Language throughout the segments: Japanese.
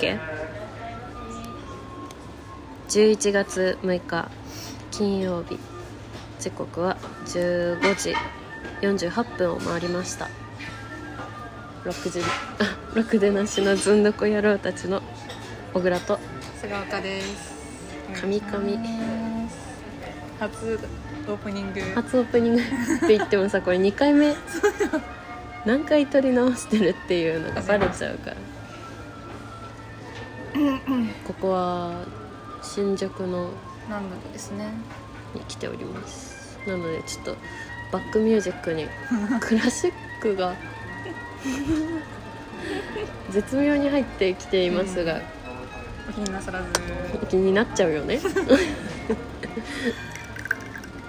け11月6日金曜日時刻は15時48分を回りました6時 あ6でなしのずんどこ野郎たちの小倉と菅岡です。神々初オープニング。初オープニングって言ってもさこれ2回目何回撮り直してるっていうのがバレちゃうからここは新宿のなんだですね。に来ておりますなのでちょっとバックミュージックにクラシック が絶妙に入ってきていますが、お気になさらず。気になっちゃうよね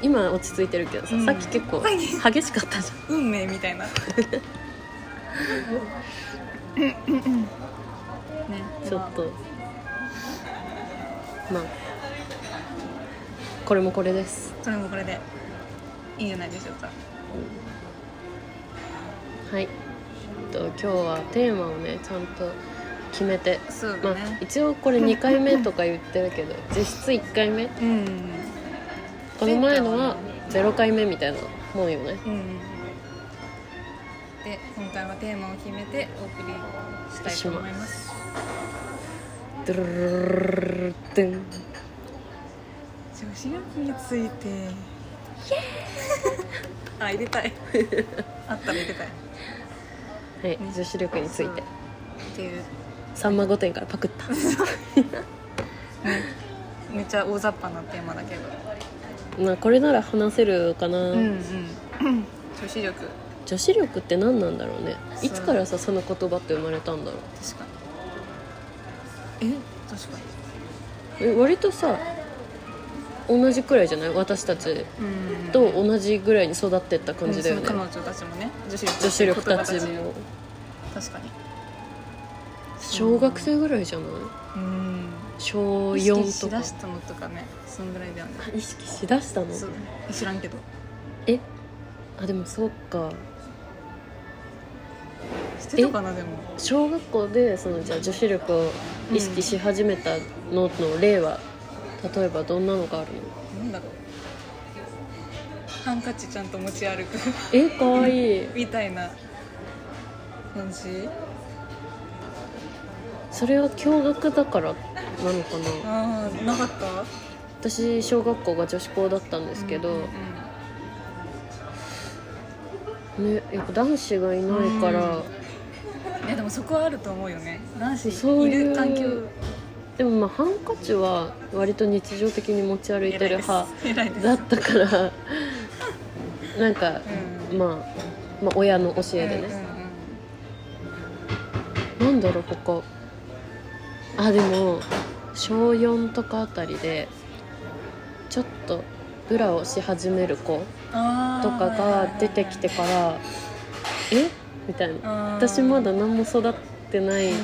今落ち着いてるけどさ、うんさっき結構激しかったじゃん運命みたいな。ね、ちょっとまあこれもこれですそれもこれでいいんじゃないでしょうか。はいえっと今日はテーマをねちゃんと決めて、そうまだあね。一応これ2回目とか言ってるけど実質1回目うん。この前のは0回目みたいなもんよねうん。で、今回はテーマを決めてお送りしたいと思います。ドゥルルルルルルドゥン女子力についてイエーイ あ入れたい あったら入れたいはい女子力についてっていうさんま御殿からパクっためっちゃ大雑把なテーマだけどまあこれなら話せるかな、うんうん女子力女子力って何なんだろうねそういつからさその言葉って生まれたんだろう確かにえ確かえ割とさ同じくらいじゃない私たちにうんと同じぐらいに育ってった感じだよねうんその彼女たちもね女子力女子力たち言葉も確かに小学生ぐらいじゃないうん小意識4しとかだしたのとかねそんぐらいだよね意識しだしたのそう知らんけどえあでもそうかしてたかなでも小学校でそのじゃあ女子力を意識し始めたのの例は、例えばどんなのがあるのなんだろうハンカチちゃんと持ち歩くえかわいいみたいな感じそれは共学だからなのかなああなかった私小学校が女子校だったんですけど、うんうんねやっぱ男子がいないから、うんうんいやでもそこはあると思うよね男そう子いいうる環境でもまあハンカチは割と日常的に持ち歩いてる派偉いです偉だいっですたからなんか、うんまあ、まあ親の教えでうんね、なんだろうここあでも小4とかあたりでちょっとブラをし始める子うんあーとかが出てきてから「えみたいな「私まだ何も育ってないうんうん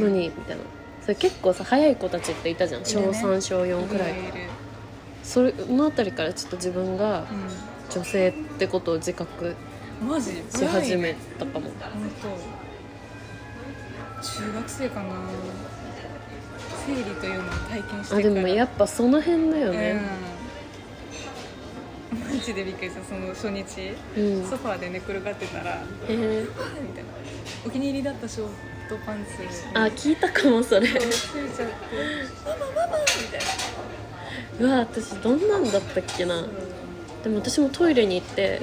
うんうんのに」みたいなそれ結構さ早い子たちっていたじゃん小いる3ね小4くらいいるいるそれのあたりからちょっと自分が女性ってことを自覚うんマジし始偉いめたかも本当中学生かな生理というのを体験してあでもやっっぱその辺だよぱね、うん、マジでびっくりしたその初日、うんソファーで寝転がってたらえーみたいなお気に入りだったショートパンツあこ聞いたかもそれうついちゃって「ママママ」みたいなうわ私どんなんだったっけなでも私もトイレに行って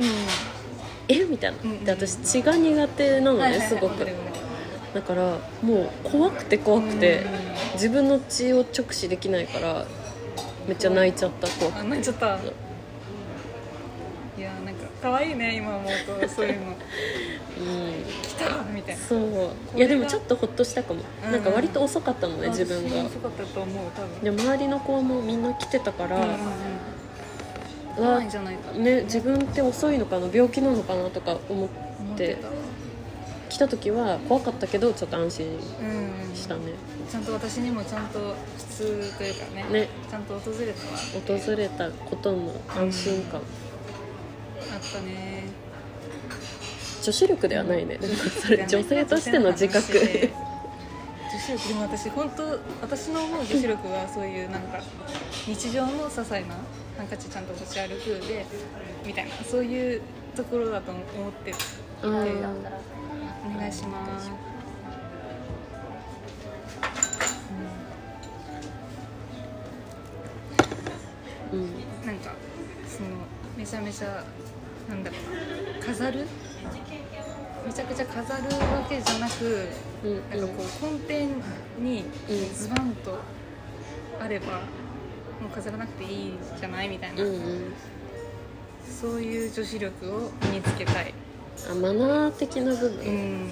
「えみたいなうんうんで私血が苦手なうんのねすごくだからもう怖くて怖くて自分の血を直視できないからめっちゃ泣いちゃった怖くあ泣いちゃったいやなんか可愛いね今思うとそういううのん来たみたいなそういやでもちょっとほっとしたかもうんなんか割と遅かったのね自分私がもそうだったと思う多分で周りの子もみんな来てたからうんうんうんう来わないんじゃないかね自分って遅いのかな病気なのかなとか思っ思っててた来た時は怖かったけどちょっと安心うんうんしたねちゃんと私にもちゃんと普通というかねねちゃんと訪れたわ訪れたことの安心感あったね女子力ではないねでもそれ女性としての自覚女子視力でも私本当私の思う女子力はそういうなんか日常の些細なハンカチちゃんと持ち歩くでみたいなそういうところだと思ってるうんお願いします、うんなんかそのめちゃめちゃなんだろうな飾るめちゃくちゃ飾るわけじゃなくうんなんかこう根底にうんズバンとあればもう飾らなくていいじゃないみたいな、うんうんそういう女子力を身につけたいあマナー的な部う分ん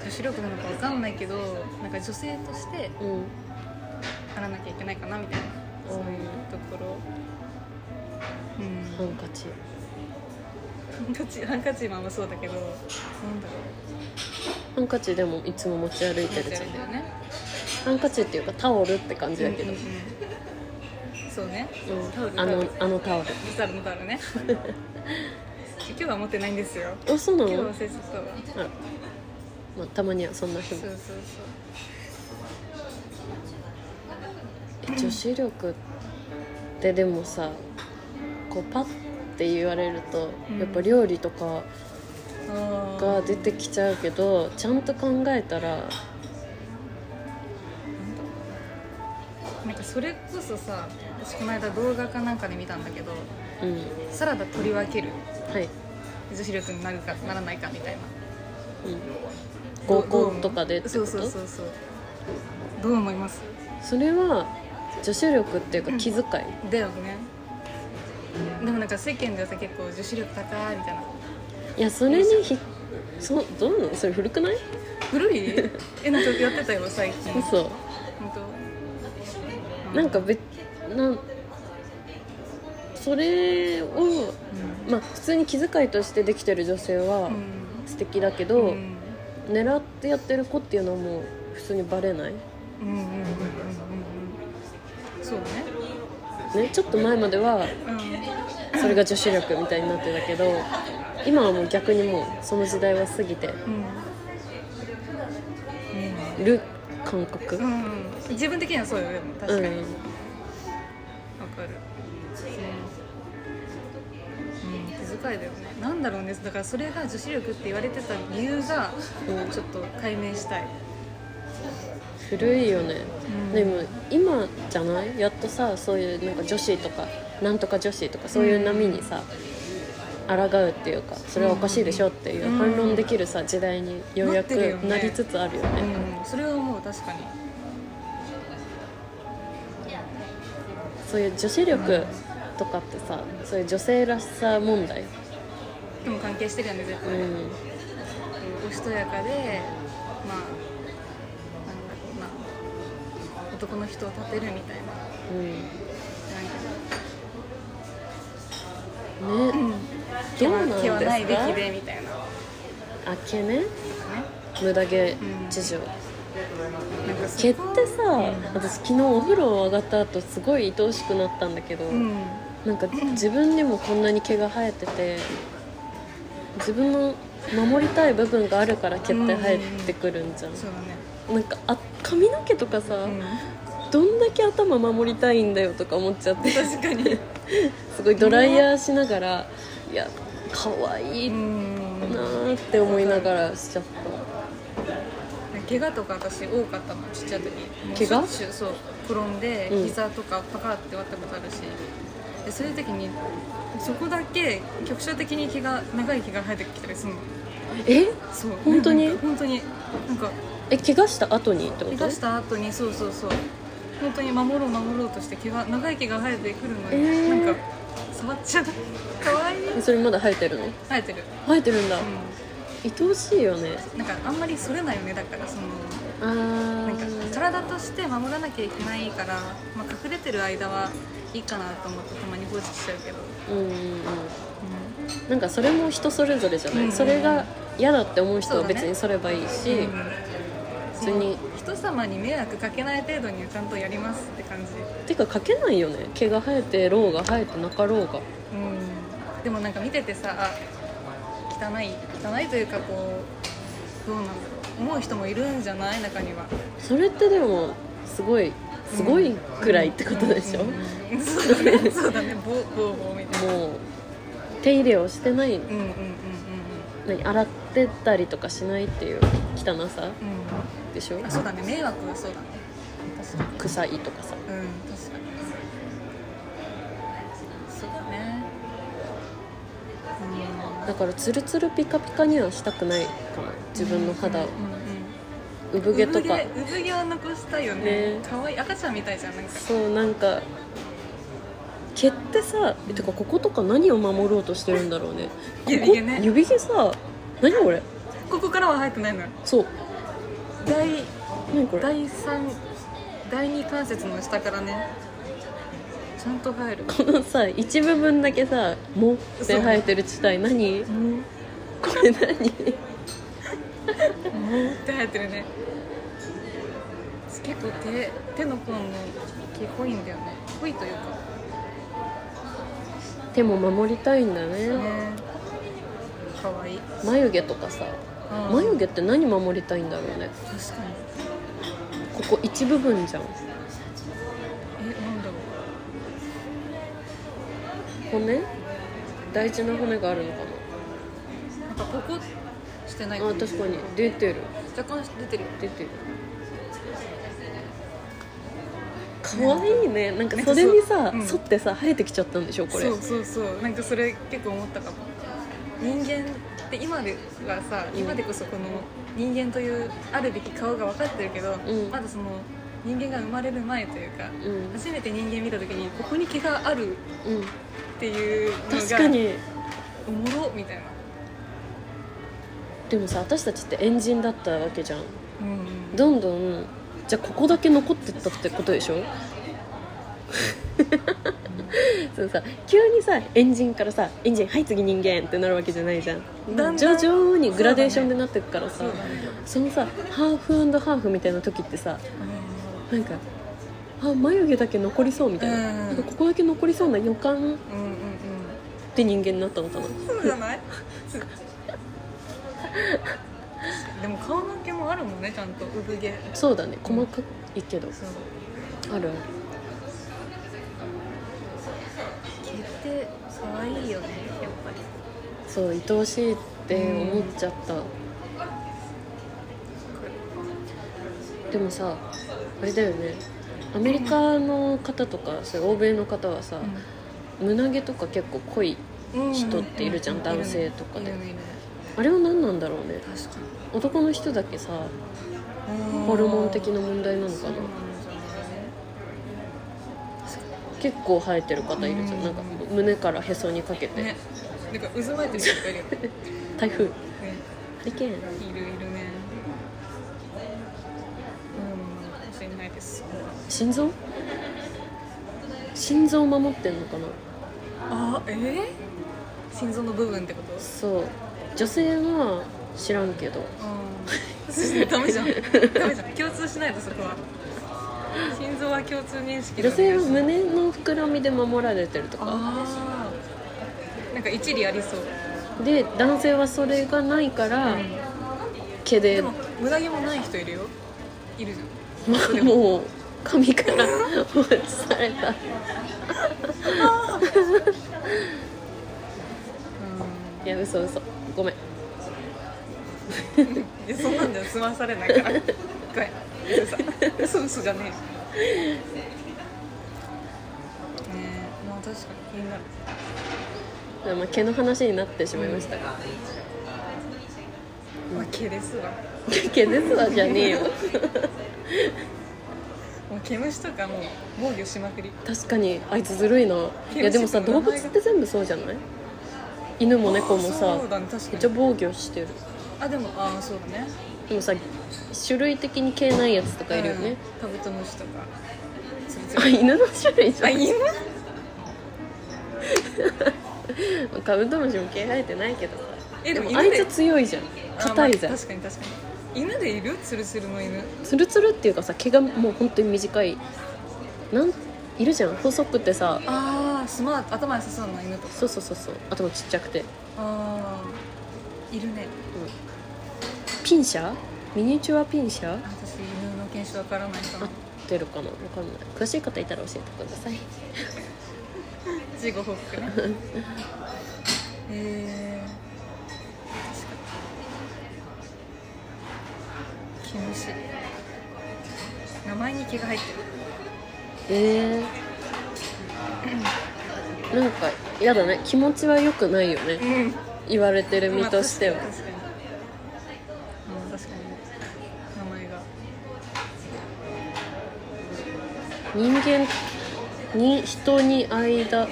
女子力なのかわかんないけどなんか女性としてうんあらなきゃいけないかなみたいなそういうところうんハンカチハンカチハンカチ今もそうだけどなんだろハンカチでもいつも持ち歩いうてる持ちじ歩ゃいんてるねハンカチっていうかタオルって感じだけど、うんうんうんそうねうんタオルあのタオルあのタオルリサルのタオルね今日は持ってないんですよあそうな今日の忘れちゃったわあらまあ、たまにはそんな日そうもそうそうえ女子力ってでもさこうパッて言われると、うんやっぱ料理とかあーが出てきちゃうけどちゃんと考えたらなんかそれこそさ私この間動画かなんかで見たんだけどうんサラダ取り分けるはい、女子力になるかならないかみたいなうん、合コンとかでってことそうそうそうそうどう思いますそれは女子力っていうか気遣い、だよねでもなんか世間ではさ結構女子力高いみたいないやそれにひそどうなのそれ古くない古いえなんかやってたよ最近嘘本当なんか、別なんそれをうまあ普通に気遣いとしてできてる女性はん素敵だけうど、んうん狙ってやってる子っていうのはもう普通にバレないねうんうんうんうんうんうんそうねちょっと前まではうんそれが女子力みたいになってたけど今はもう逆にもうその時代は過ぎてうんる感覚うんうん自分的にはそうよでも確かに、うんわかる、うん気遣いだよねなんだろうねだからそれが女子力って言われてた理由がうんちょっと解明したい、古いよね、うんでも今じゃないやっとさそういうなんか女子とかなんとか女子とかそういう波にさ、抗うっていうかそれはおかしいでしょっていううん反論できるさ時代にようやくなってるよねなりつつあるよねうん、それはもう確かにそういう女子力とかってさそういう女性らしさ問題でも関係してるよね絶う対、んおしとやかでまあなんだろうな男の人を立てるみたいなうんねどうななんんですかか毛はないべきでみたいなとあ毛ねかね無駄毛事情、なんかそこ毛ってさ、私昨日お風呂上がった後すごい愛おしくなったんだけど、うんなんか自分にもこんなに毛が生えてて自分の守りたい部分があるから毛って生えてくるんじゃん、そうだなねんかあ髪の毛とかさ、うんどんだけ頭守りたいんだよとか思っちゃって確かに すごいドライヤーしながら、いや可愛いなうんーって思いながらしちゃっ怪我とか私多かったのちっちゃい時もう怪我しょっちゅうそう転んでうん膝とかパカって割ったことあるし、でそういう時にそこだけ局所的に毛が長い毛が生えてきたりするのたえそう本当になんか本当になんかえ怪我した後にってこと怪我した後にそうそうそう本当に守ろう守ろうとして毛が長い毛が生えてくるのに、えーなんか触っちゃうかわいいえそれまだ生えてるの生えてる、生えてるんだ、う愛おしいよねん、なんかあんまりそれないよねだからそのあなんかー体として守らなきゃいけないから、まあ、隠れてる間はいいかなと思ってたまに放置しちゃうけど、うんうんうんなんかそれも人それぞれじゃない、うんそれが嫌だって思う人そうはだね別にそればいいし、うん普通にその人様に迷惑かけない程度にはちゃんとやりますって感てじか書けないよね毛が生えてろうが生えてなかろうがうんでもなんか見ててさあ汚い汚いというかこうどうなんだろう思う人もいるんじゃない中にはそれってでもすごいすごいくらいってことでしょ、うんうんうんそうだねそうだねボーボーボーみたいなもう手入れをしてないうんうんうんうん何洗ってたりとかしないっていう汚さうでしょんあそうだね迷惑そうだね確かに臭いとかさうん確かにそうだねうんだからツルツルピカピカにはしたくないかな自分の肌をうんうんうん産毛とか産毛産毛は残したいよねね可愛い赤ちゃんみたいじゃんなんかそうなんか毛ってさえてかこことか何を守ろうとしてるんだろうねここ指毛ね指毛さ何これここからは生えてないのよそう第何これ第三第二関節の下からねちゃんと 生えるこのさ一部分だけさ「も」って生えてる地帯何もうこれ何って生えてるね結構手手の甲の毛濃いんだよね濃いというか手も守りたいんだねね可愛い眉毛とかさうん眉毛って何守りたいんだろうね確かにここ一部分じゃんえなんだろ骨大事な骨があるのかうなんかここしてないなあ確かに出てる若干出てるよ出てる可愛いねなんかそれにさ、うん沿ってさ生えてきちゃったんでしょこれそうそうそうなんかそれ結構思ったかも人間って今ではさうん今でこそこの人間というあるべき顔が分かってるけど、うんまだその人間が生まれる前というかうん、初めて人間見た時にここに毛があうるっん、ていうのが確かにおもろみたいなでもさ私たちってエ人だったわけじゃんうんうんどんどんじゃあここだけ残ってったってことでしょ そのさ急にさエンジンからさエンジンはい次人間ってなるわけじゃないじゃんだんだ徐ん々にグラデーションでなってくからさそうだねそのさハーフハーフみたいな時ってさうなんかあ眉毛だけ残りそうみたいな,、うんなんかここだけ残りそうな予感っんうんうんて人間になったのかなそうじゃない でも顔の毛もあるもんねちゃんと産毛そうだね細かいけどそうあるある毛って可愛いよねやっぱりそう愛おしいって思っちゃった、でもさあれだよねアメリカの方とかそういう欧米の方はさ、胸毛とか結構濃い人っているじゃん男性とかでいるねいるねあれは何なんだろうね確か男の人だけさにホルモン的な問題なのそかうななんじゃな結構生えてる方いるじゃんうんなんか胸からへそにかけて、いねなんか渦巻いてる人いるよねね台風ハリケーンいるいるねうんかもしれないです心臓心臓を守ってんのかなあえー、心臓の部分ってことそう女性は知らんけどうんダメ じゃんダメじゃん共通しないとそこは心臓は共通認識だ女ね性は胸の膨らみで守られてるとかああなんか一理ありそうで男性はそれがないから毛ででも無駄毛もない人いるよいるじまあもう髪から 放置されたゃいや嘘嘘ごめんん、うん、いやそんなんじゃ済まされないからごめん嘘嘘嘘じゃねえねえまあ確かに気になるまあ毛の話になってしまいましたが まあ毛ですわ毛ですわじゃねえよもう毛虫とかもう防御しまくり確かにあいつずるいないやでもさ動物って全部そうじゃない犬も猫もあさーそうだねめ確っちかゃに防御してるあでもああそうだねでもさ種類的に毛ないやつとかいるよね、うん、カブトムシとかつるつある犬の種類じあゃ犬んカブトムシも毛生えてないけどさえででもも犬あでいつ強いじゃん硬いじゃん、あまあ確かに確かに犬でいるつるつるの犬ツルツルっていうかさ毛がもう本当に短いなんいるじゃん細くてさああスマート頭良さそうな犬とかそうそうそうそう頭ちっちゃくて、うんああいるねピンシャーミニチュアピンシャー私犬の犬種わからないか合なってるかなわかんない詳しい方いたら教えてください事後報告 ねえー、確かに毛虫名前に毛が入ってえー、なんかやだね気持ちは良くないよねるうん言われてる身としてはまあ確かに確かに,、うん、確かに名前人が間に人に間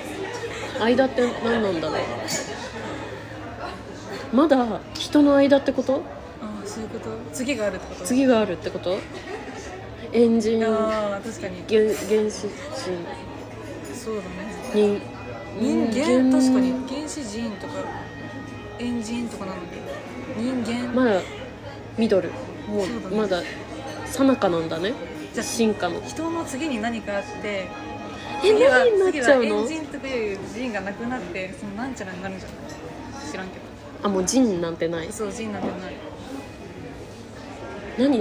間って何なんだろうまだ人の間ってことああそういうこと次があるってこと次があるってことエンジン原ああ確かに原始そうだね人人間確かに原始人とかエンジンとかなのに人間、まだミドルもうそうだねまださなかなんだねじゃあ進化の人の次に何かあってえ次は何になっちゃう次はエンのジンとかいう人がなくなってそのなんちゃらになるんじゃない知らんけどあもう人なんてないそう人なんてない何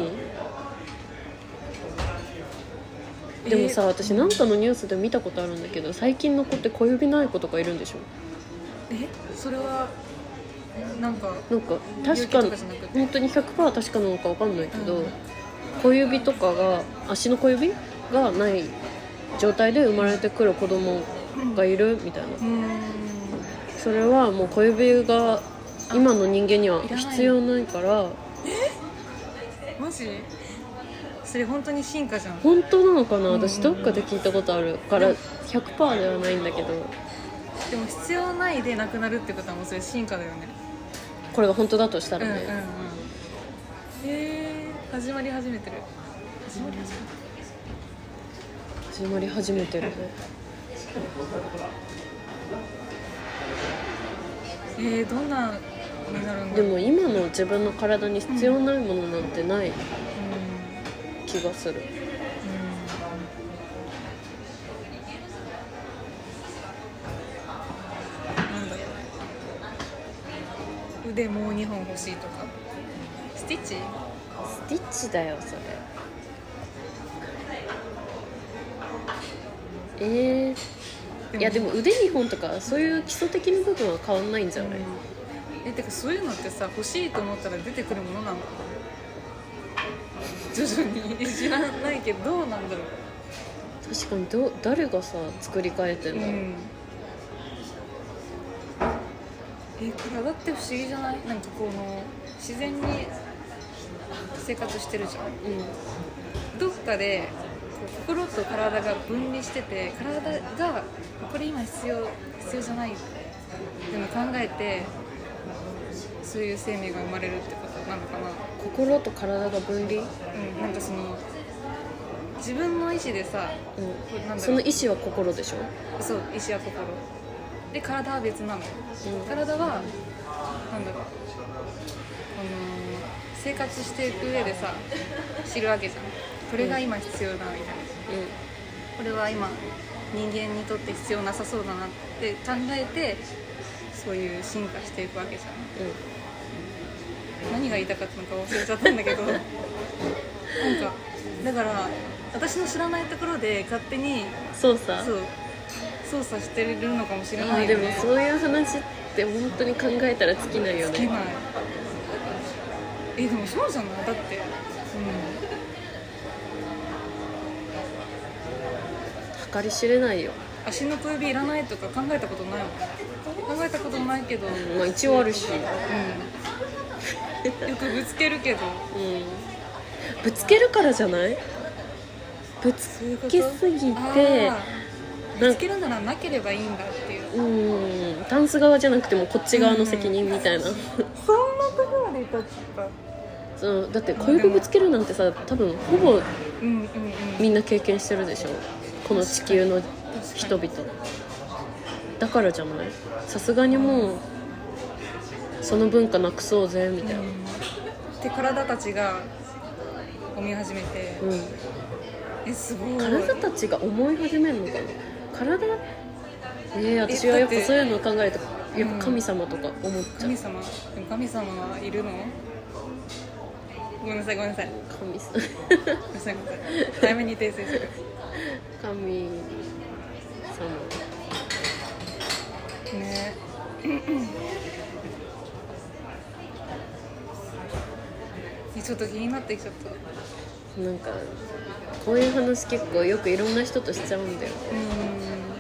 でもさえー私なんかのニュースで見たことあるんだけど最近の子って小指ない子とかいるんでしょえそれはなんかなんか確かに病気とかじゃなくて本当に100%確かなのかわかんないけど、うん小指とかが足の小指がない状態で生まれてくる子供がいるみたいなうーんそれはもう小指が今の人間にはいらない必要ないからマジそれ本当に進化じゃん本当なのかなうんうん私どっかで聞いたことあるから100%ではないんだけどでも必要ないでなくなるってことはもうそれ進化だよねこれが本当だとしたうんらうんうんね、へえー、始まり始めてる始まり始めて始まり始めてるねるえー、どんなになるんだでろうも今の自分の体に必要ないものなんてないうん気がするなんだろう腕もう2本欲しいとかスティッチスティッチだよそれえー、いやでも腕2本とかそういう基礎的な部分は変わんないんじゃない、えてかそういうのってさ欲しいと思ったら出てくるものなのかな徐々に 知らないけどどうなんだろ確かにど誰がさ作り変えてう、うんだろう、ん、え体って不思議じゃないなんかこの自然に生活してるじゃんうんどっかでこう心と体が分離してて体がこれ今必要必要じゃないっていうのを考えてそういう生命が生まれるってことなのかな、心と体が分離、うん、なんかその自分の意思でさこれなんだろう、うんその意思は心でしょ、そう意思や心で体は別なうのん体はなんだろうあの生活していく上でさ知るわけじゃんこれが今必要だみたいなこれは今人間にとって必要なさそうだなって考えてそういう進化していくわけじゃうん何が言いたかったのか忘れちゃったんだ けどなんかだから私の知らないところで勝手にん、そうさそう操作してるのかもしれあなーいでよもねそういう話って本当に考えたら尽きないよつけねないえでもそうじゃないだって計り知れないよ、うん足の小指いらないとか考えたことないもん考えたことないけど、うん、まあ、一応あるし、よくぶつけるけどうん、ぶつけるからじゃないぶつそういうことけすぎあてー見つけるならなければいいんだっていううんタンス側じゃなくてもこっち側の責任みたいな、そんなところまで至っちゃっそのだって小指ぶつけるなんてさ多分ほぼたうんうんうんみんな経験してるでしょこの地球の人々だからじゃないさすがにもうその文化なくそうぜみたいなうんで体たちがゴみ始めて、うんえすごい体たちが思い始めるのかな体ねえ私はやっぱそういうのを考えるとやっぱ神様とか思っちゃう神様でも神様はいるのごめんなさいごめんなさい神さんごめんなさいごめんなさい早めに訂正してくだ神様さいねえちょっと気になってきちゃったなんかこういう話結構よくいろんな人としちゃうんだよ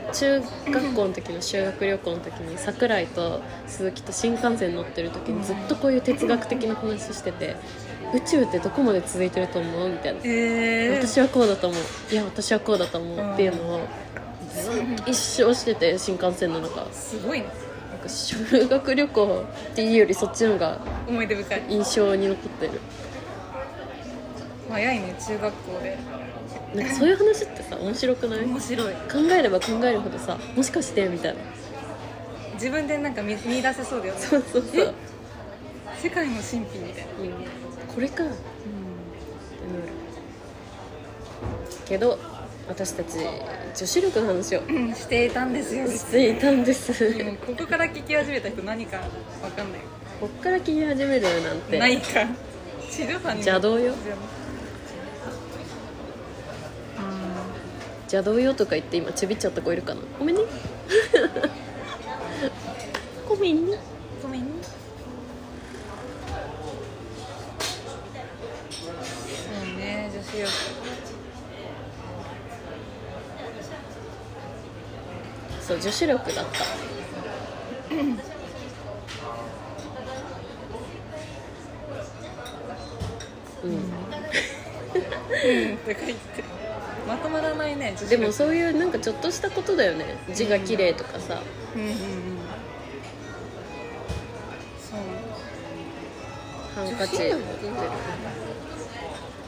うー中学校の時の修学旅行の時に桜井と鈴木と新幹線乗ってる時にずっとこういう哲学的な話してて宇宙ってどこまで続いてると思うみたいなんえー、私はこうだと思ういや私はこうだと思うっていうのをずっと一生してて新幹線の中すごいななんか修学旅行っていうよりそっちの方が思い出深い印象に残ってる早いね中学校でなんかそういう話ってさ面白くない面白い考えれば考えるほどさもしかしてみたいな自分でなんか見見出せそうだよねそうそうそう、世界の神秘みたいなうん、これかってなるけど私たち女子力の話をうんしていたんですよしていたんです もうここから聞き始めた人何かわかんないこっから聞き始めるなんてないか地上波に邪道よ邪道よとか言って今ちびっちゃった子いるかなごめんね ごめんねごめんねそうね女子力そう女子力だったうんとか言ってまとまらないね女子で力もそういうなんかちょっとしたことだよね字が綺麗とかさ、うんうんうんそうハンカチ女子力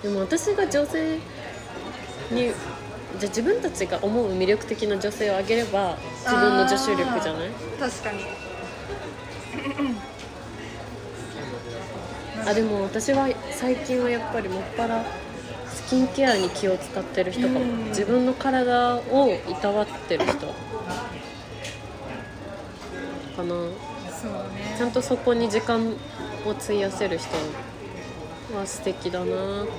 でも私が女性にじゃあ自分たちが思う魅力的な女性をあげれば自分の女子力じゃないあー確かにあでも私は最近はやっぱりもっぱらスキンケアに気を使ってる人かもうん自分の体をいたわってる人かなそうねちゃんとそこに時間を費やせる人は素敵だなって思う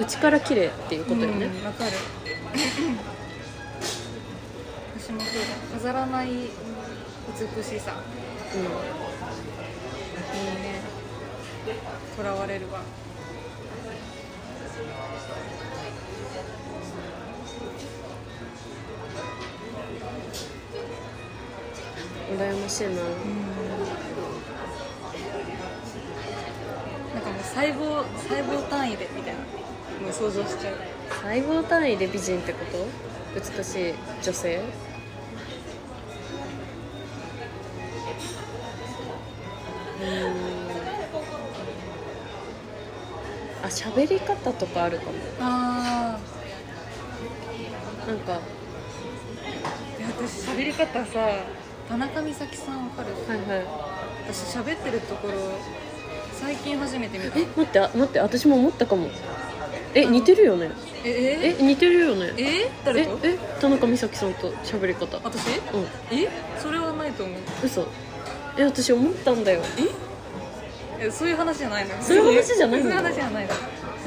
うちから綺麗っていうことよね、うんわかる私もそうだ飾らない美しさにねとらわれるわうん、羨ましいななんかもう細胞細胞単位でみたいなもう想像しちゃう細胞単位で美人ってこと美しい女性うーんあ喋り方とかあるかもあなんかあ私喋り方さ田中美咲さんわかるはいはい私喋ってるところ最近初めて見たえ待ってあ待って私も思ったかもえ似てるよねええ似てるよねええ誰とえ田中美咲さんと喋り方私うんえそれはないと思う嘘え私思ったんだよえそういう話じゃないのそういう話じゃないのそういう話じゃないの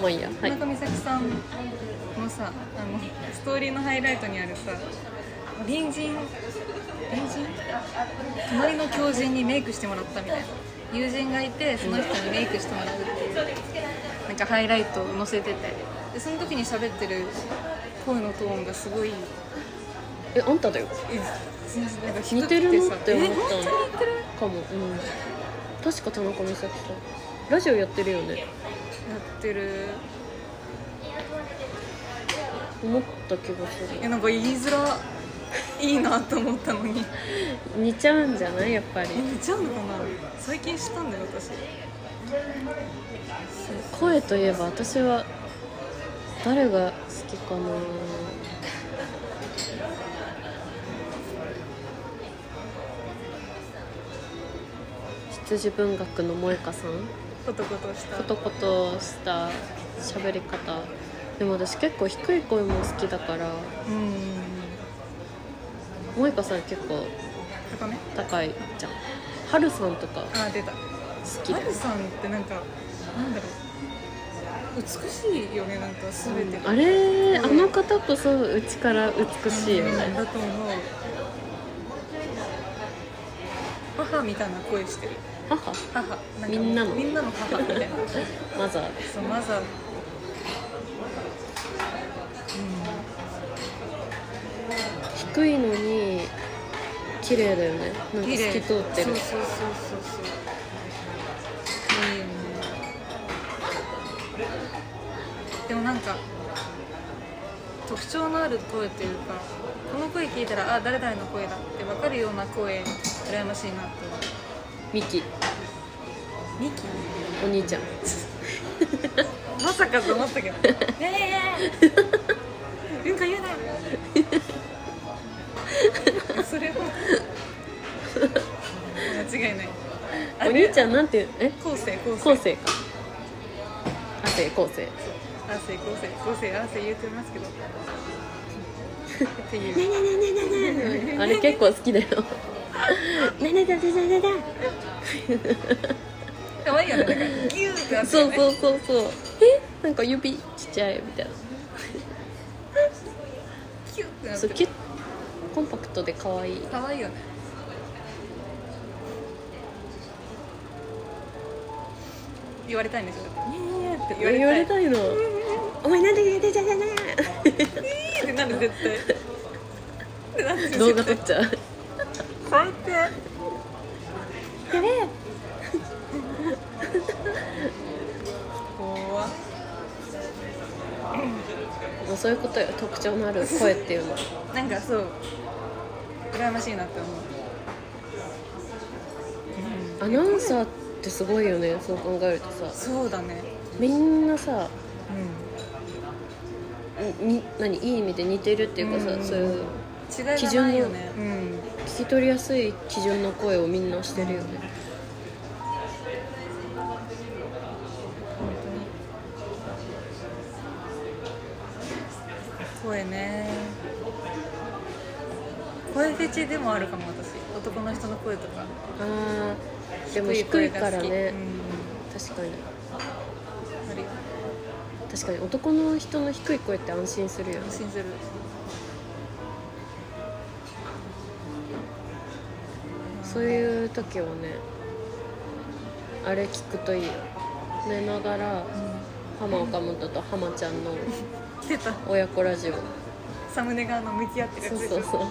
まあいいやは田い中美咲さんのさあのストーリーのハイライトにあるさ隣人隣人隣の狂人にメイクしてもらったみたいな友人がいてその人にメイクしてもらうっていうなんかハイライトを載せててでその時に喋ってる声のトーンがすごいえあんただよなんか低似くてるてなさって思っえたのかも、うん、確か田中美咲さんラジオやってるよねやってる思った気がすいやるなんか言いづらいいなと思ったのに似ちゃうんじゃないやっぱりえ似ちゃうのかな最近知ったんだよ私声といえば私は誰が好きかな羊文学の萌香さんことことしたコトコトした喋り方でも私結構低い声も好きだからうん萌香さん結構高め高いじゃんハルさんとかあ出た好きアだリさんってなんかなんだろう美しいよねなんか全てがあれあの方こそうちから美しいようんねだと思う母みたいな声してる母母なんかみんなのみんなの母みたいなマザーそうマザーうん低いのに綺麗だよねなんか綺麗透き通ってそうるそうそうそうそういいよねでもなんか特徴のある声というかこの声聞いたらあ誰々の声だって分かるような声羨ましいなって思うミキミキお兄ちゃんまさかと思 ったけど「いやいやいや文化言うな!」それは間違いないお兄ちゃんゃんなんてえ昴生昴生昴生か亜生昴生亜生昴生昴生亜生言うてますけどっていううんあれ結構好きだよねねだだだだだ可愛いよねだからギューってなってそるうねそうそうそうえなんか指ちっちゃいみたいなキューってなっそてうるキュッコンパクトで可愛い可愛いよね言われたいんでしょ「いやいや」って言われたい言われたいのお前なんで出ちゃだってなる絶対ってなる絶対動画撮っ ちゃうこうやってややべえ怖もうそういうことよ特徴のある声っていうのはなんかそう羨ましいなって思う、アナウンサーってすごいよねそう考えるとさそうだねみんなさうんに何いい意味で似てるっていうかさ、うんそういう違いがないよねうん聞き取りやすい基準の声をみんなしてるよね本当に声ね声フェチでもあるかも私男の人の声とかあーでも低いからね、確かにうん、あるよ確かに男の人の低い声って安心するよね安心するそういう時はねあれ聞くといいよ寝ながら浜岡本と浜ちゃんの出た親子ラジオサムネがあの向き合ってるやそつうでしょそうそう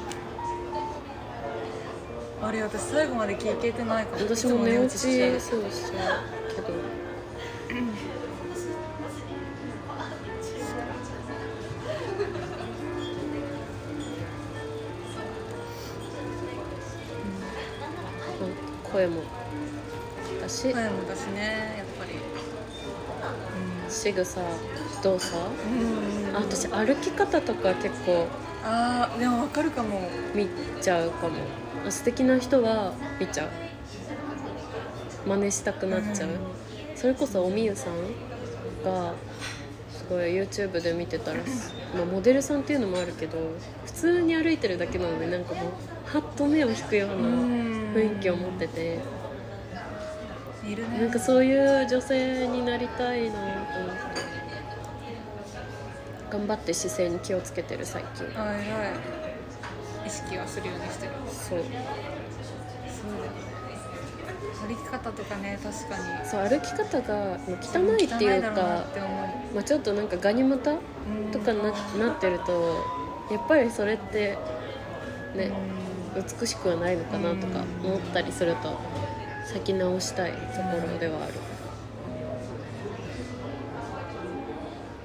あれ私最後まで聞けてないかも私いつも寝落ちしちゃうそうしちゃうけどうん声もだし声もだしねやっぱり仕草動作うんあ私歩き方とか結構あーでも分かるかも見ちゃうかもあ素敵な人は見ちゃう真似したくなっちゃう、うんそれこそおみゆさんがすごい YouTube で見てたら、まあ、モデルさんっていうのもあるけど普通に歩いてるだけなのになんかもうハッと目を引くようなうん雰囲気を持ってているねなんかそういう女性になりたいなと思って頑張って姿勢に気をつけてる最近あー偉い意識はするようにしてるそうそうだよね歩き方とかね確かにそう歩き方がもう汚いって汚いうだろなかって思まあ、ちょっとなんかガニ股うとかななってるとやっぱりそれってね美しくはないのかなとか思ったりすると先直したいところではあるう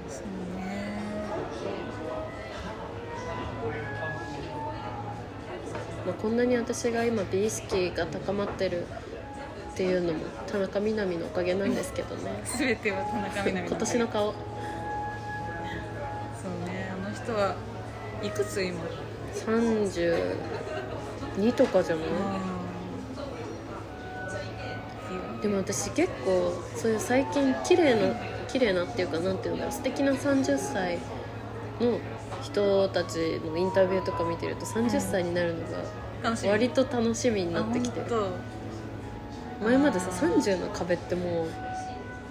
んそうねまあ、こんなに私が今美意識が高まってるっていうのも田中みな実のおかげなんですけどね全ては田中みな実今年の顔そうねあの人はいくつ今32とかじゃないうんでも私結構そういう最近綺麗な綺麗なっていうかなんていうんだろう素敵な30歳の人たちのインタビューとか見てると30歳になるのが楽しみ割と楽しみになってきてある、本前までさ30の壁っても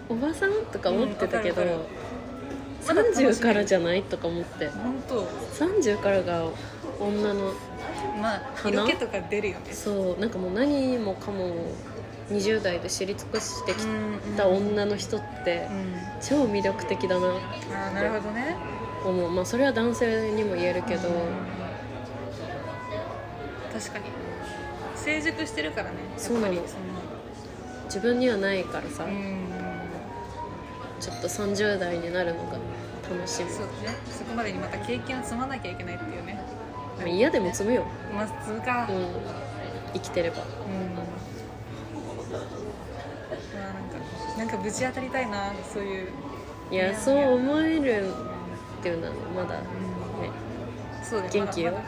うおばさんとか思ってたけど、うんわかるわかる30からじゃないとか思って本当30からが女のまあ花色気とか出るよねそうなんかもう何もかも20代で知り尽くしてきたうん女の人って超魅力的だなああなるほどねと思うまあそれは男性にも言えるけど確かに成熟してるからねそうなのやっぱり自分にはないからさそのうんちょっと30代になるのが楽しみそうだねそこまでにまた経験を積まなきゃいけないっていうねまあ嫌でも積むよ、まあ積むかううんん、生きてればうわなんかなんかぶち当たりたいなそういういやそう思えるっていうのはまだねそうだね元気よまだ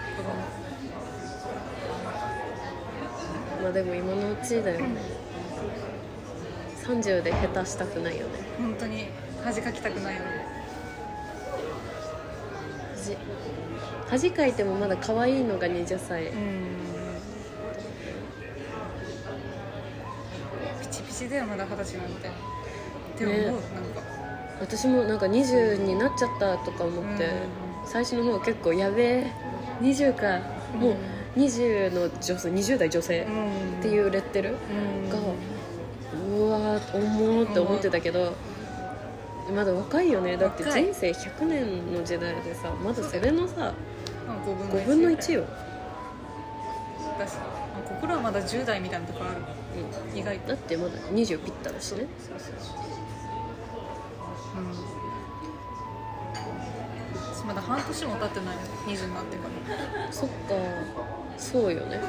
ままだ子供あでも今のうちだよね30で下手したくないよね本当に恥かきたくないよね恥恥かいてもまだ可愛いのが20歳ピチピチだよまだ二十歳なんてでも思う、ねなんか私もなんか20になっちゃったとか思って、最初の方結構やべえ20かもう20の女性20代女性うっんていうレッテルうんがうわー重ーって思ってたけどまだ若いよねだって若い人生100年の時代でさまだ攻めのさまあ5 5分の1よ、だしまあ心はまだ10代みたいなとこあるう意外ん、と、だってまだ20ピッタだしねうん私まだ半年も経ってないよ20になってからそっかそうよね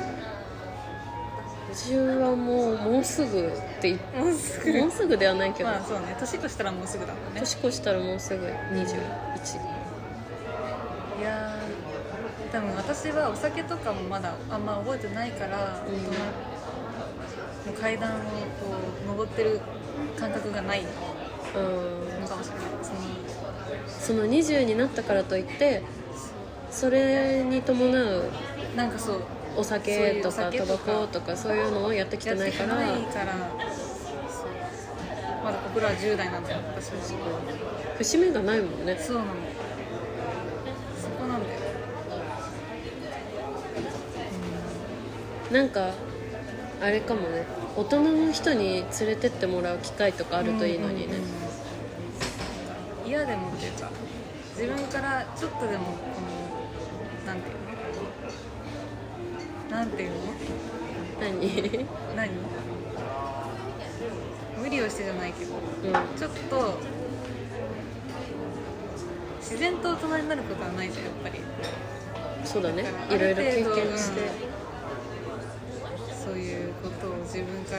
私はもうもうすぐって言っもうすもうすぐではないけど、 まあそうね年としたらもうすぐだもんね年越したらもうすぐ21いやー多分私はお酒とかもまだあんま覚えてないから、うんそのもう階段をこう登ってる感覚がないのうんかもしれないそのその20になったからといってそれに伴うなんかそうお酒とかそうタいうお酒とバかコとかそういうのをやってきてないからやってないからそうまだ心は10代なんだよ私は節目がないもんねそうなのそこなんだよなんかあれかもね大人の人に連れてってもらう機会とかあるといいのにねうんうんうん嫌でもっていうか自分からちょっとでもこのなんていうのなんていうの何 何無理をしてじゃないけどうんちょっと自然と大人になることはないじゃんやっぱりそうだねだかいらろいろある経程度験してそういうことを自分から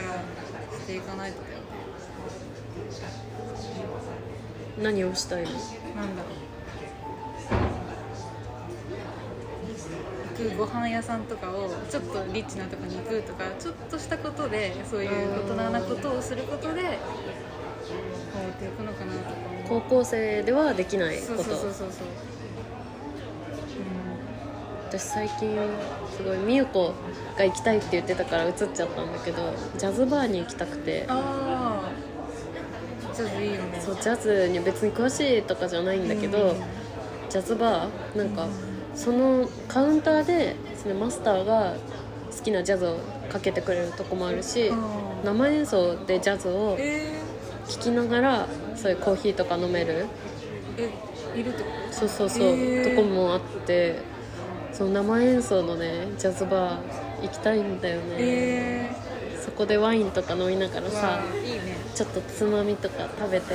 していかないとだよ何をしたいのなんだろう行くご飯屋さんとかをちょっとリッチなとこに行くとかちょっとしたことでそういう大人なことをすることで変わっていくのかなとか思高う校生ではできないそうこそうそうとそうそう私最近すごい美優子が行きたいって言ってたから移っちゃったんだけどジャズバーに行きたくてうんああちょっといいよねそうジャズに別に詳しいとかじゃないんだけど、ジャズバーなんかそのカウンターでそのマスターが好きなジャズをかけてくれるとこもあるしうん生演奏でジャズをえ聴きながらそういうコーヒーとか飲めるー、えいるってこそうそうそう、へとーこもあってその生演奏のねジャズバー行きたいんだよとね、えそこでワインとか飲みながらー、さわあいいねちょっとつまみとか食べて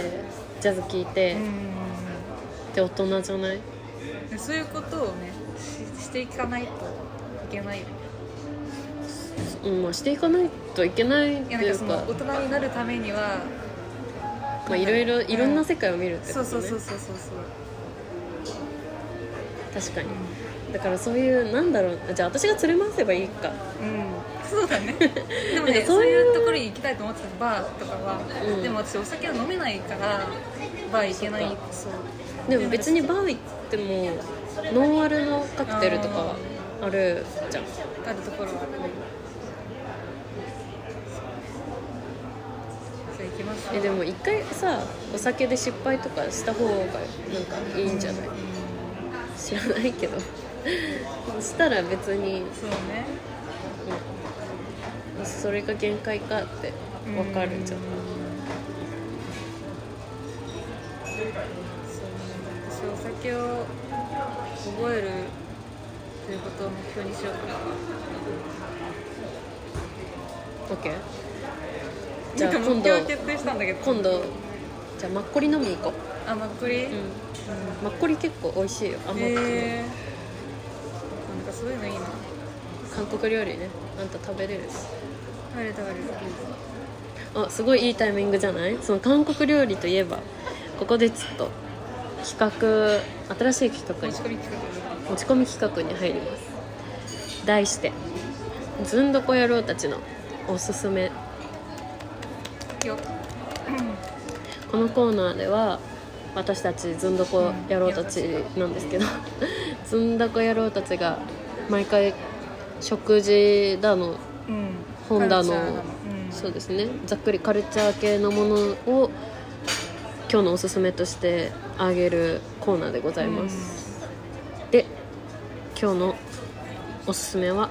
ジャズ聴いて、うっんて大人じゃないでそういうことをねししていかないといけないようんまあ、していかないといけないっいてやなんいかうそかの大人になるためにはまあ、いろいろうんいろんな世界を見るってこそと、うね、そうそうそうそう確かにそだからそういうなんだろうじゃあ私が連れ回せばいいかううん、そ うだねでもなんねかそそうういういうところに行きたいと思ってたバーとかは、うんでも私お酒は飲めないからバー行けないそっかそうでも別にバーー行ってもノンアルのカクテルとかあるじゃんあるところはあるきましょうえでも一回さお酒で失敗とかした方がなんかいいんじゃない知らないけどしたら別にそうねそれが限界かって分かるじゃんうそう私お酒を覚えるということを目標にしようかな OK じゃあなんか目今度標決定したんだけど今度じゃあマッコリ飲みに行こあマッコリ、う、うんマッコリ結構美味しいよ甘くて、へえなんかそういうのいいな韓国料理ねあんた食べれるし食べれる食べれるあすごいいいタイミングじゃないその韓国料理といえばここでちょっと企画新しい企画持にち込み企画持ち込み企画に入ります題して「ずんどこ野郎たちのおすすめ」よこのコーナーでは私たちずんどこ野郎たちなんですけど ずんどこ野郎たちが毎回食事だのうん本棚のカルチャーなうんそうですねざっくりカルチャー系のものを今日のおすすめとしてあげるコーナーでございます、で今日のおすすめは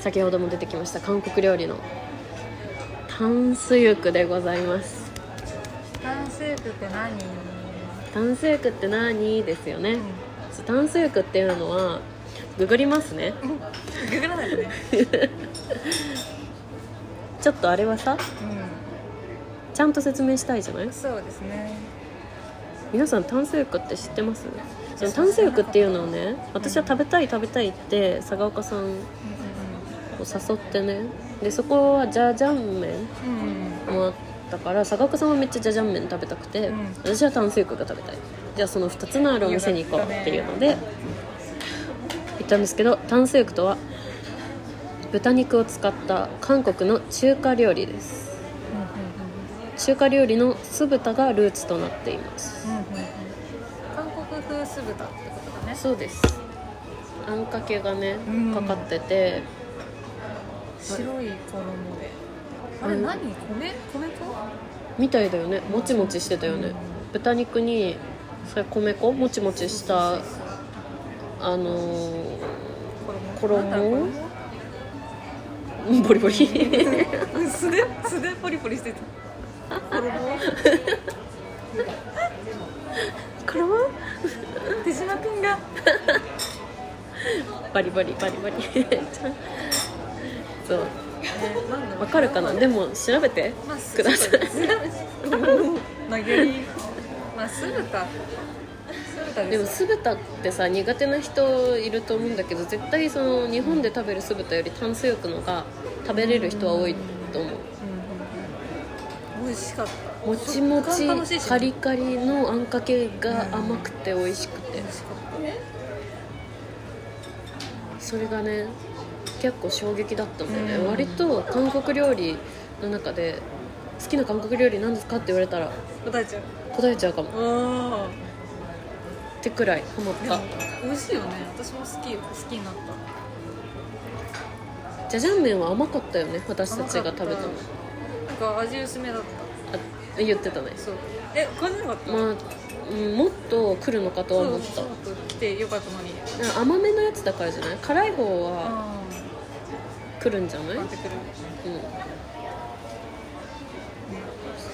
先ほども出てきました韓国料理のタンスユクでございますうん炭水化って何タンスユクって何ですよね、うタンスユクっていうのはググりますねんググらないとねちょっとあれはさうちゃんと説明したいじゃないんそうですね皆さん炭水化って知ってますその炭水化っていうのをね私は食べたい食べたいって佐賀岡さんを誘ってねでそこはジャージャン麺うんうんうんもあったから佐賀岡さんはめっちゃジャージャン麺食べたくて、うん私は炭水化が食べたいじゃあその2つのあるお店に行こうっていうので行ったんですけど炭水化とは豚肉を使った韓国の中華料理です中華料理の酢豚がルーツとなっています韓国風酢豚ってことだねそうですあんかけがねうんかかってて、白い衣であれうん何米米粉みたいだよねもちもちしてたよね、うん豚肉にそれ米粉もちもちしたそうそうそうあのー衣衣なんだろううんボリボ リ衣 素で素でポリポリしてた衣これは手島くんがバリバリバリバリ そうわわかるかなでも調べてまあ、すください投げり まあ酢豚酢豚ででもす酢豚ってさ苦手な人いると思うんだけど絶対その日本で食べる酢豚より炭水化のが食べれる人は多いと思ううんうんうん美味しかったもちも食ち感楽しいしカリカリのあんかけが甘くて美味しく美て味しかったそれがね結構衝撃だったんだよね、うん割と韓国料理の中で「好きな韓国料理なんですか?」って言われたら答えちゃう答えちゃうかもっあてくらいハマっあでもた美味しいよね私も好きよ好きになったジャジャン麺は甘かったよね私たちが食べたの甘かなんか味薄めだったあ言ってたねそうえ感じなかったまあうんもっと来るのかとはそう思ったそう来てよかったのになんか甘めのやつだからじゃない辛い方はあ来るんじゃない、あうんなってくる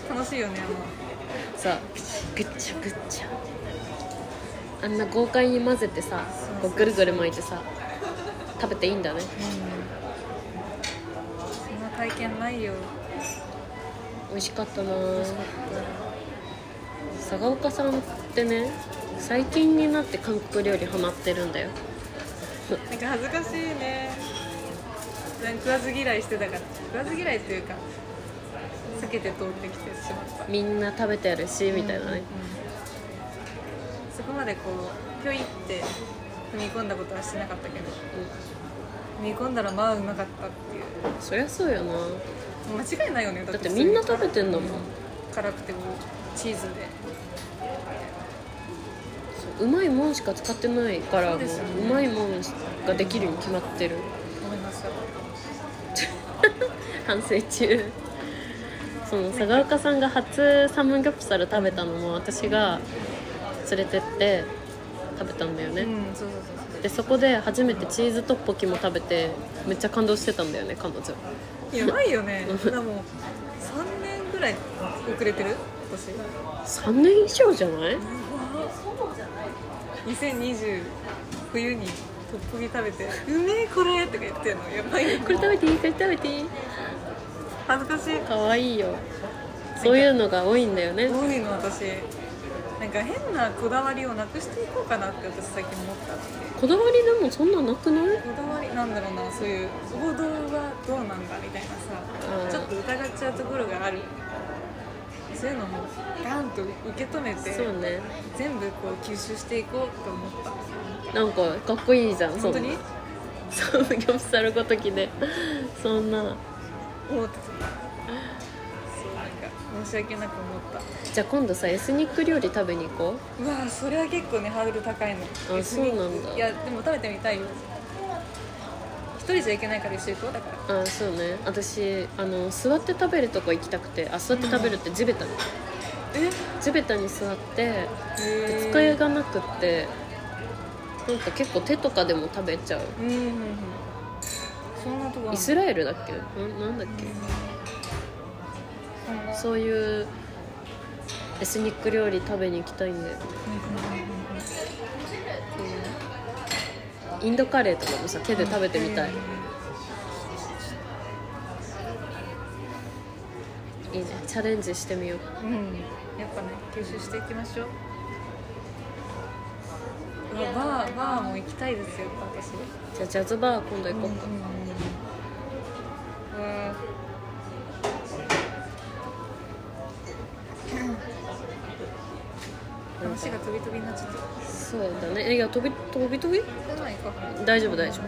楽しいよねさぐっちゃぐっちゃあんな豪快に混ぜてさこうぐるぐる巻いてさ食べていいんだねあのそんな体験ないよ美味しかったな美味しかっ佐賀岡さんってね最近になって韓国料理ハマってるんだよたなんか恥ずかしいねなんか食わず嫌いしてたから食わず嫌いというか避けて通ってきてしまったみんな食べてるしみたいなね、うんそこまでこうぴょいって踏み込んだことはしてなかったけど踏み込んだらまあうまかったっていううんそりゃそうよな間違いないよねだだってみんな食べてんだもん辛くてもチーズでそううまいもんしか使ってないからもそううですよねうまいもんができるに決まってる思いました反省中 その佐川岡さんが初サムギョプサル食べたのも私が連れてって食べたんだよね、うんそうそうそうでそこで初めてチーズトッポッキも食べてめっちゃ感動してたんだよね彼女そうやばいよねでも3年ぐらい遅れてる年3年以上じゃない2020冬にトッポギ食べて「うめえこれ!」とか言ってんのやばいよこれ食べていいこれ食べていい恥ずかしいかわいいよそういうのが多いんだよねどういうの私なんか変なこだわりをなくしていこうかなって私最近思ったのでこだわりでもそんななくないこだわりなんだろうなそういう王道はどうなんだみたいなうんさちょっと疑っちゃうところがあるそういうのもガンと受け止めてそうね全部こう吸収していこうと思ったなんかかっこいいじゃん本当にサムギョプサルごときでそんな思ってたそうなんか申し訳なく思ったじゃあ今度さエスニック料理食べに行こうわーそれは結構ねハードル高いのあエスニックそうなんだいやでも食べてみたいよ一人じゃいけないから一緒に行こうだからうあそうね私あの座って食べるとこ行きたくてあ座って食べるって地べたにえ地べたに座ってえ机がなくってなんか結構手とかでも食べちゃううんうんうんそんなとこあんのイスラエルだっけんなんだっけそんなそういうエスニック料理食べに行きたいんだよねインドカレーとかもさ手で食べてみたい、いいねチャレンジしてみよううん、やっぱね吸収していきましょううわバーバーも行きたいですよやっぱ私じゃあジャズバー今度行こうか、うんうん話が飛び飛びになっちゃった。そうだねえいや飛び飛び飛び行かないか。大丈夫大丈夫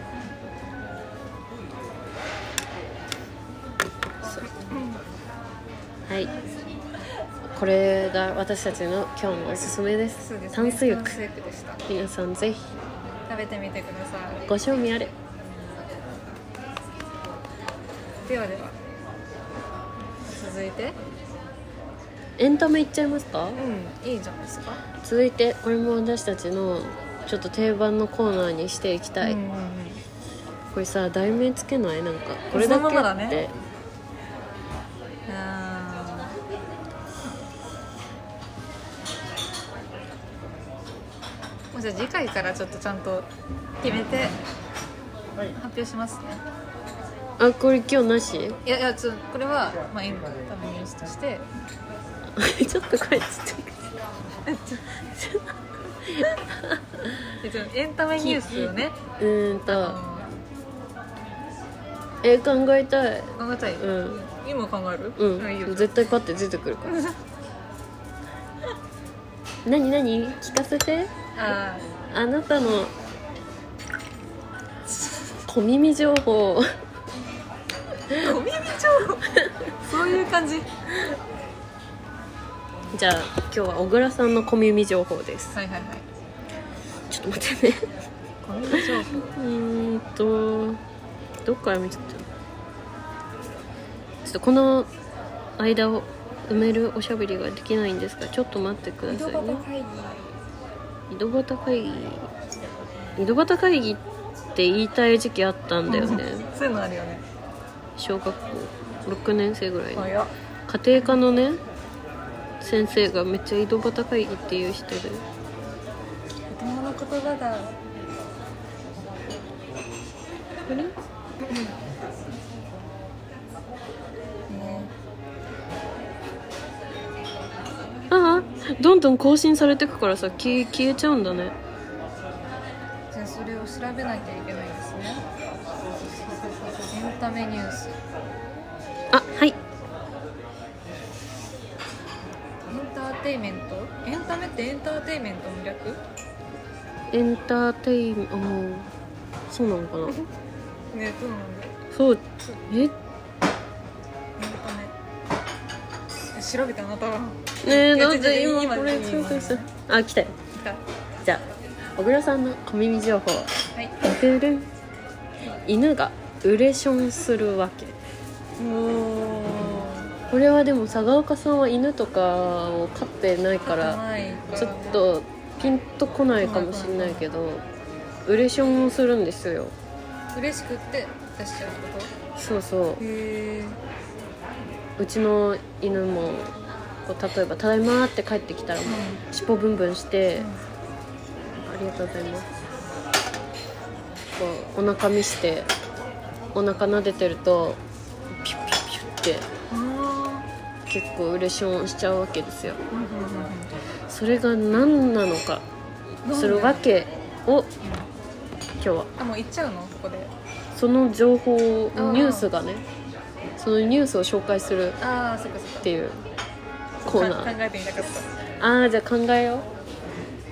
そうはいこれが私たちの今日のおすすめですそうです、ね。炭水浴炭水浴でした。皆さんぜひ食べてみてください。ご賞味あれではでは。続いて。エンタメいっちゃいますかうん、いいじゃないですか。続いてこれも私たちのちょっと定番のコーナーにしていきたい、うんうんうんこれさ題名つけないなんかこれだけそのままだって、ねあーもうじゃあ次回からちょっとちゃんと決めて発表しますねあこれ今日なし いやいやちょこれは、まあ、今のためニュースとしてちょっとこれちょっえっとエンタメニュースをねとうーんとあえ考えたいの考えたい、うん今考えるういいよん絶対パッて出てくるから何何聞かせて ああなたの小耳情報をー小耳情報そういう感じはいじゃあ今日は小倉さんの小耳情報ですはいはいちょっと待ってね小耳情報うーんとどっから見ちゃったのちょっとこの間を埋めるおしゃべりができないんですがちょっと待ってくださいね会井議戸端会議井戸端会議って言いたい時期あったんだよねそういうのあるよね小学校6年生ぐらいの早っ家庭科のね先生がめっちゃ井戸端会議っていう人で大人の言葉だこれねああどんどん更新されてくからさ消え消えちゃうんだねじゃあそれを調べなきゃいけないですねエンタメニュースエあはいンターテイメントエンタメってエンターテイメントの略エンターテインあもうそうなのかなねどうなんだそうえエンタメえ調べてあなたはねえいだやってちょちょ今これ今紹介した今あ来たよ来たはじゃあ小倉さんの小耳情報いてるん犬がウレションするわけおーこれはでも佐賀岡さんは犬とかを飼ってないからはいちょっとピンとこないかもしれないけどウレションをするんですよ嬉しくって出しちゃうってこそうそうとへえうちの犬もこう例えば「ただいま」って帰ってきたらもう尻尾ブンブンして「ありがとうございます」こうお腹見してお腹撫でてるとピュッピュッピュッってあ結構ウレションしちゃうわけですよーうんうんうんそれが何なのかうんするわけを今日はあもう行っちゃうのここでその情報ニあーュースがねそのニュースを紹介するああそっかそっかっていうコーナかー考えてみなかったああーじゃあ考えよ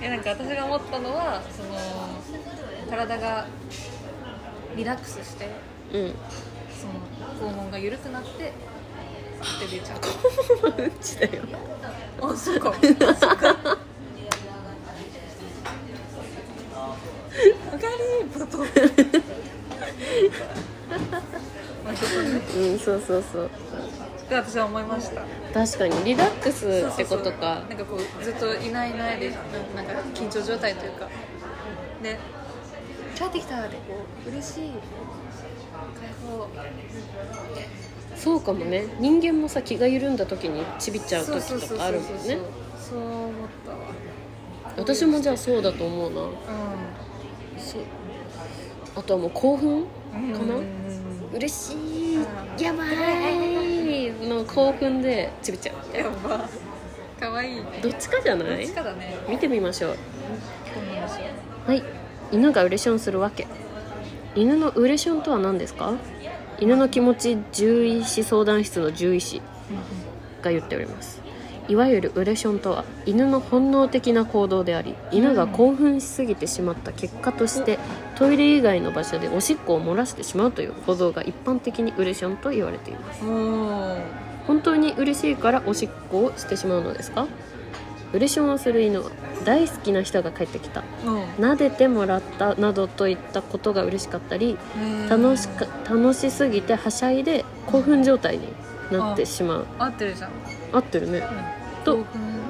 ういやなんか私が思ったのはその体がリラックスしてうんその肛門が緩くなってで出ちゃううんちだよあそっかわかりポ トまあちょっとねうんそうそうそうで私は思いました確かにリラックスってことかなんかこうずっといないいないでなんか緊張状態というかで帰ってきたってこう嬉しい解放そうかもね人間もさ気が緩んだ時にちびっちゃうそうそう時そとうそうかあるもんねそう思ったわ私もじゃあそうだと思うなそうあとはもう興奮うんかなうんうん嬉しいやばいの興奮でちびっちゃうやば可愛いどっちかじゃどなっいちかだね見てみましょうこんなのしようはい犬がウレションするわけ犬のウレションとは何ですか犬の気持ち獣医師相談室の獣医師が言っておりますいわゆるウレションとは犬の本能的な行動であり犬が興奮しすぎてしまった結果としてトイレ以外の場所でおしっこを漏らしてしまうという行動が一般的にウレションと言われていますもう本当に嬉しいからおしっこをしてしまうのですかウレションをする犬は大好きな人が帰ってきた撫でてもらったなどといったことが嬉しかったり楽しか楽しすぎてはしゃいで興奮状態になってしまう合ってるじゃん合ってるねと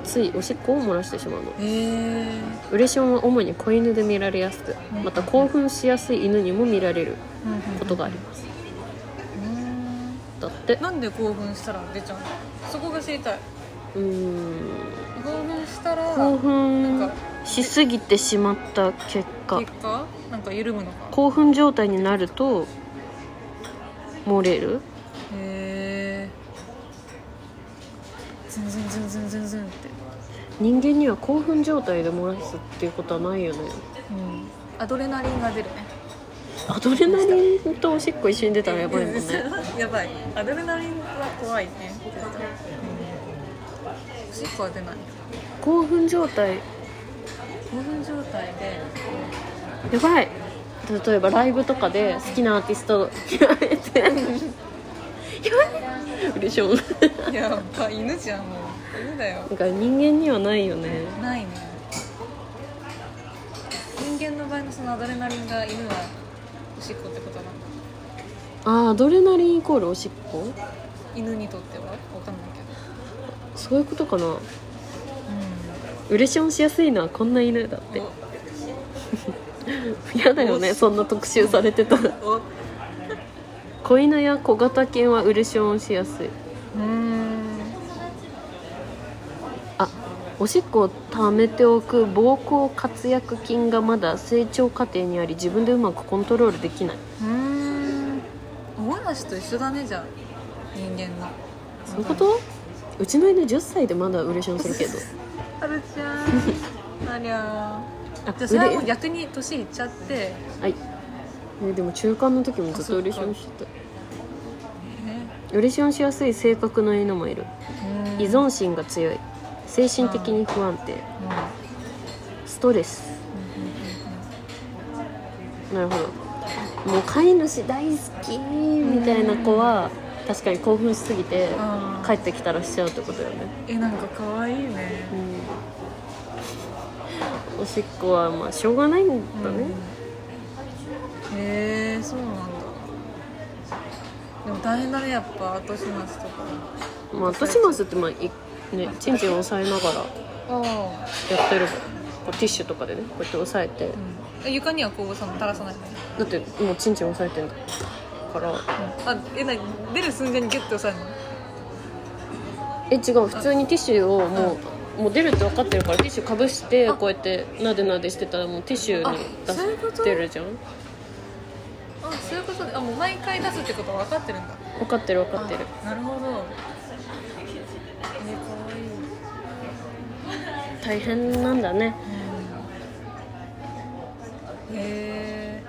ついおしっこを漏らしてしまうのへえウレションは主に子犬で見られやすくうんまた興奮しやすい犬にも見られることがありますだってなんで興奮したら出ちゃうのそこが知りたいうーん興奮したら興結奮しすぎてしまった結果果なんか緩むのか興奮状態になると漏れるへえズンズンズンズンズンズンって人間には興奮状態で漏らすっていうことはないよねうんアドレナリンが出るねアドレナリンとおしっこ一緒に出たらやばいもんね やばいアドレナリンは怖いねおしっこは出ない興奮状態興奮状態 でやばい例えばライブとかで好きなアーティスト 嫌われてやばい嬉しいもんだやばい犬じゃんもう犬だよから人間にはないよねないね人間の場合のそのアドレナリンが犬はおしっこってことなんだあーアドレナリンイコールおしっこ犬にとっては分かんないけどそういうことかなうウレションしやすいのはこんな犬だってん嫌だよねそんな特集されてたらおおう子犬や小型犬はウレションしやすいーんあおしっこを溜めておく膀胱活躍筋がまだ成長過程にあり自分でうまくコントロールできないうーんお話と一緒だねじゃあ人間のそういうことうちの犬10歳でまだウレションするけどあるちゃんありゃあーじゃあそれはウレもう逆に年いっちゃってはいえでも中間の時もずっとウレションしてねたウレションしやすい性格の犬もいる依存心が強い精神的に不安定うんストレスうんうんうんうんなるほどもう飼い主大好きみたいな子は確かに興奮しすぎてあー帰ってきたらしちゃうってことよねえなんか可愛いねおしっこはまあしょうがないんだね、うんへえそうなんだでも大変だねやっぱ後始末とかまあ私マスってまあいねチンチン押さえながらああ、やってればこうティッシュとかでねこうやって押さえてうん、え床にはこうその垂らさないのだってもうチンチン押さえてんだからあえなに出る寸前にギュッて押さえるのえ違う普通にティッシュをもうもう出るって分かってるからティッシュかぶしてあこうやってなでなでしてたらもうティッシュに出あそういうことしてるじゃんあそういうことであもう毎回出すってことは分かってるんだ分かってる分かってるあなるほどえかわい大い、変なんだねうん、へえ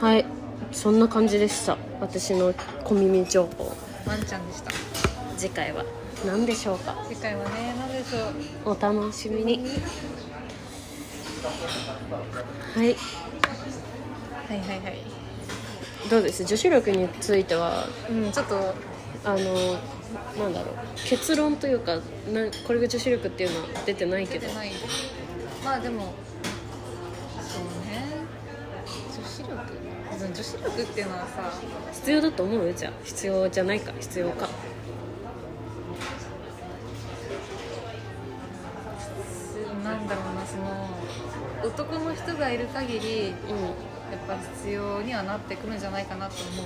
はいそんな感じでした私の小耳情報ワンちゃんでした次回は何でしょうか次回はね何でしょうお楽しみにはいはいはいはいどうです女子力についてはうんちょっとあのなんだろう結論というかなんこれが女子力っていうのは出てないけど出てないまあでもそうね女子力女子力っていうのはさ必要だと思うじゃあ必要じゃないか必要かなんだろうなその男の人がいる限りやっうんぱ必要にはなってくるんじゃないかなと思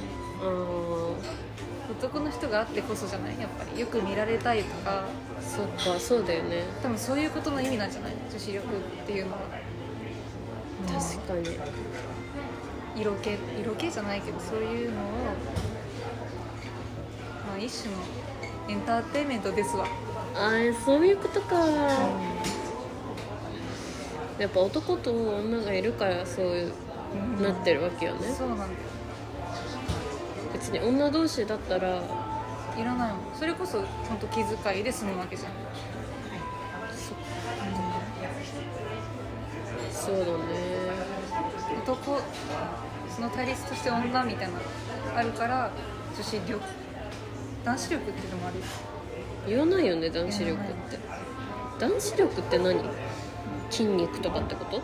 うあー男の人があってこそじゃないやっぱりよく見られたいとかそっかそうだよね多分そういうことの意味なんじゃない女子力っていうのは確かに色気色気じゃないけどそういうのをまあ一種のエンターテインメントですわ、あーそういうことかやっぱ男と女がいるからそういううんなってるわけよねそうなんだよ別に女同士だったらいらないもんそれこそ本当気遣いで済むわけじゃん、そうだね男その対立として女みたいなのがあるから女子力男子力っていうのもある言わないよね男子力って男子力って何筋肉とかってこと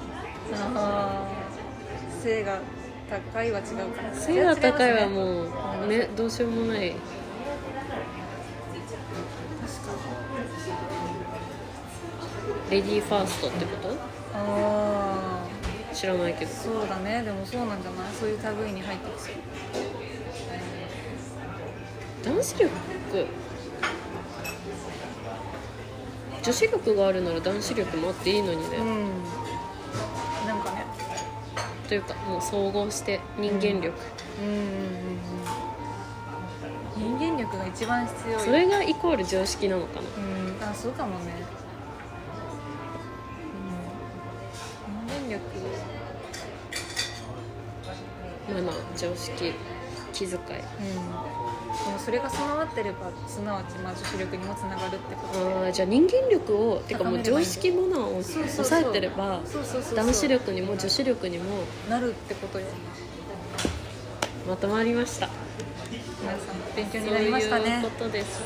あ背が高いは違うから背が高いはもうねねどうしようもないレディーファーストってこああと知らないけどそうだねでもそうなんじゃないそういう類に入ってきそう男子力女子力があるなら男子力もあっていいのにね、うんなんかねというかもう総合して人間力、うんうんうん人間力が一番必要よそれがイコール常識なのかなうんあそうかもね、うん、人間力マナー常識気遣いうんでもそれが備わってればすなわちまあ女子力にもつながるってことあーじゃあ人間力をてかもう常識マナーをそうそうそう抑えてればそうそうそうそう男子力にも女子力にもなるってことよまとまりました皆さん勉強そうになりましたいうねことです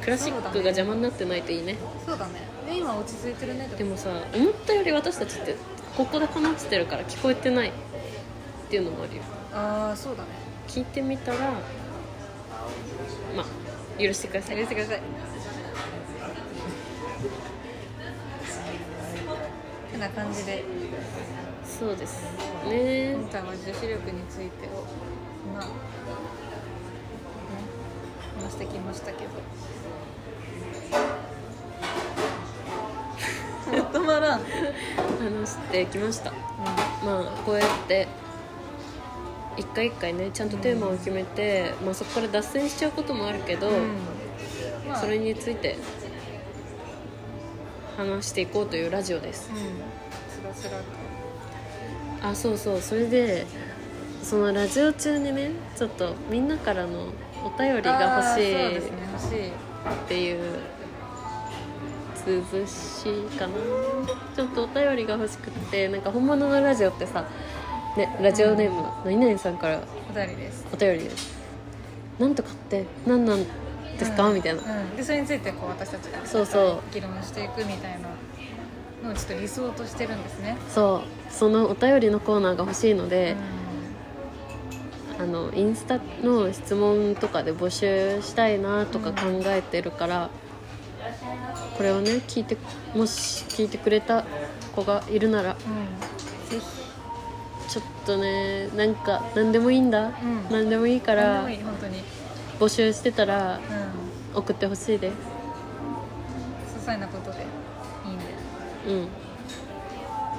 クラシックが邪魔になってないといいねそうだねえ今落ち着いてるねでもさ思ったより私たちってここで話してるから聞こえてないっていうのもあるよああそうだね聞いてみたらまあ許してくださ許いしてくださいてな感じでそうですね今回は女子力についてをまあ、ね、話してきましたけどまとまらん、うん、話してきましたまあこうやって一回一回ねちゃんとテーマを決めて、まあ、そこから脱線しちゃうこともあるけど、まあそれについて話していこうというラジオですうんすらすらとあそうそうそれでそのラジオ中にねちょっとみんなからのお便りが欲しあーそういでっすね欲しいていう涼しいかなちょっとお便りが欲しくってなんか本物のラジオってさ、ね、ラジオネーム何々さんからお便りですお便りですなんとかって何なんですか、うんみたいなうんでそれについてこう私たちがそうそう議論していくみたいなのをちょっと理想としてるんですね、そうそのお便りのコーナーが欲しいので、あのインスタの質問とかで募集したいなとか考えてるから、これをね聞いてもし聞いてくれた子がいるならうんぜひちょっとねなんか何でもいいんだ、うん何でもいいか何らでもいい本当にうん募集してたら送ってほしいです些細なことでいいんでうん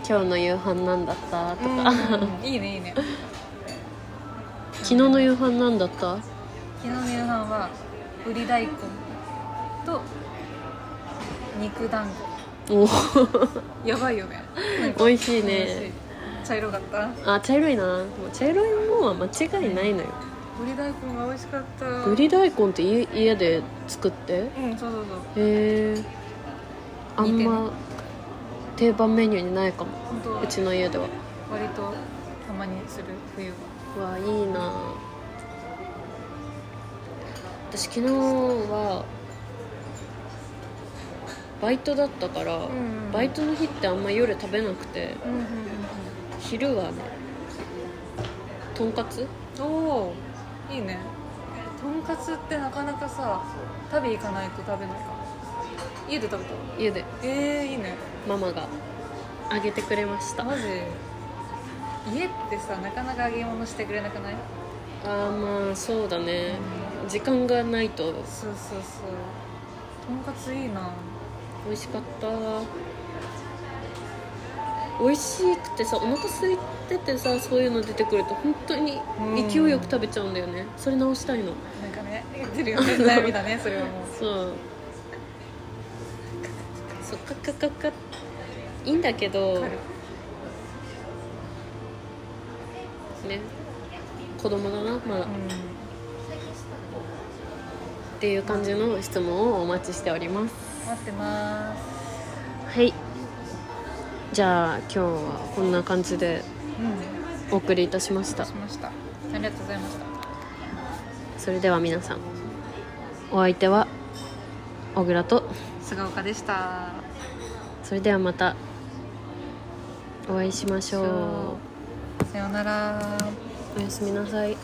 今日の夕飯なんだったとか、うんいいねいいね昨日の夕飯なんだった昨日の夕飯はぶり大根と肉団お子やばいよねなんか美味しい美味しいね茶色かったあ茶色いなもう茶色いもんは間違いないのよぶり大根が美味しかったぶり大根って家家で作ってへうんそうそうそうえあん見てねま定番メニューにないかも本当うちの家では割とたまにする冬はうわいいな私昨日はバイトだったから、んバイトの日ってあんま夜食べなくてうんうん昼はねとんかつうんおおいいねとんかつってなかなかさ食べ行かないと食べないかも家で食べた家でえー、いいねママがあげてくれましたマジ家ってさなかなか揚げ物してくれなくないあーまあそうだね時間がないとそうそうそうとんかついいな美味しかった美味しくてさお腹空いててさそういうの出てくると本当にうん勢いよく食べちゃうんだよねそれ直したいのなんか ね言ってるよね悩みだねそれはもうそうそうカッカッカッカッいいんだけどわかるね子供だなまだ、うっんていう感じの質問をお待ちしております待ってますはいじゃあ今日はこんな感じでうんお送りいたしましたしましたありがとうございましたそれでは皆さんお相手は小倉と菅岡でしたそれではまたお会いしましょうさようならおやすみなさい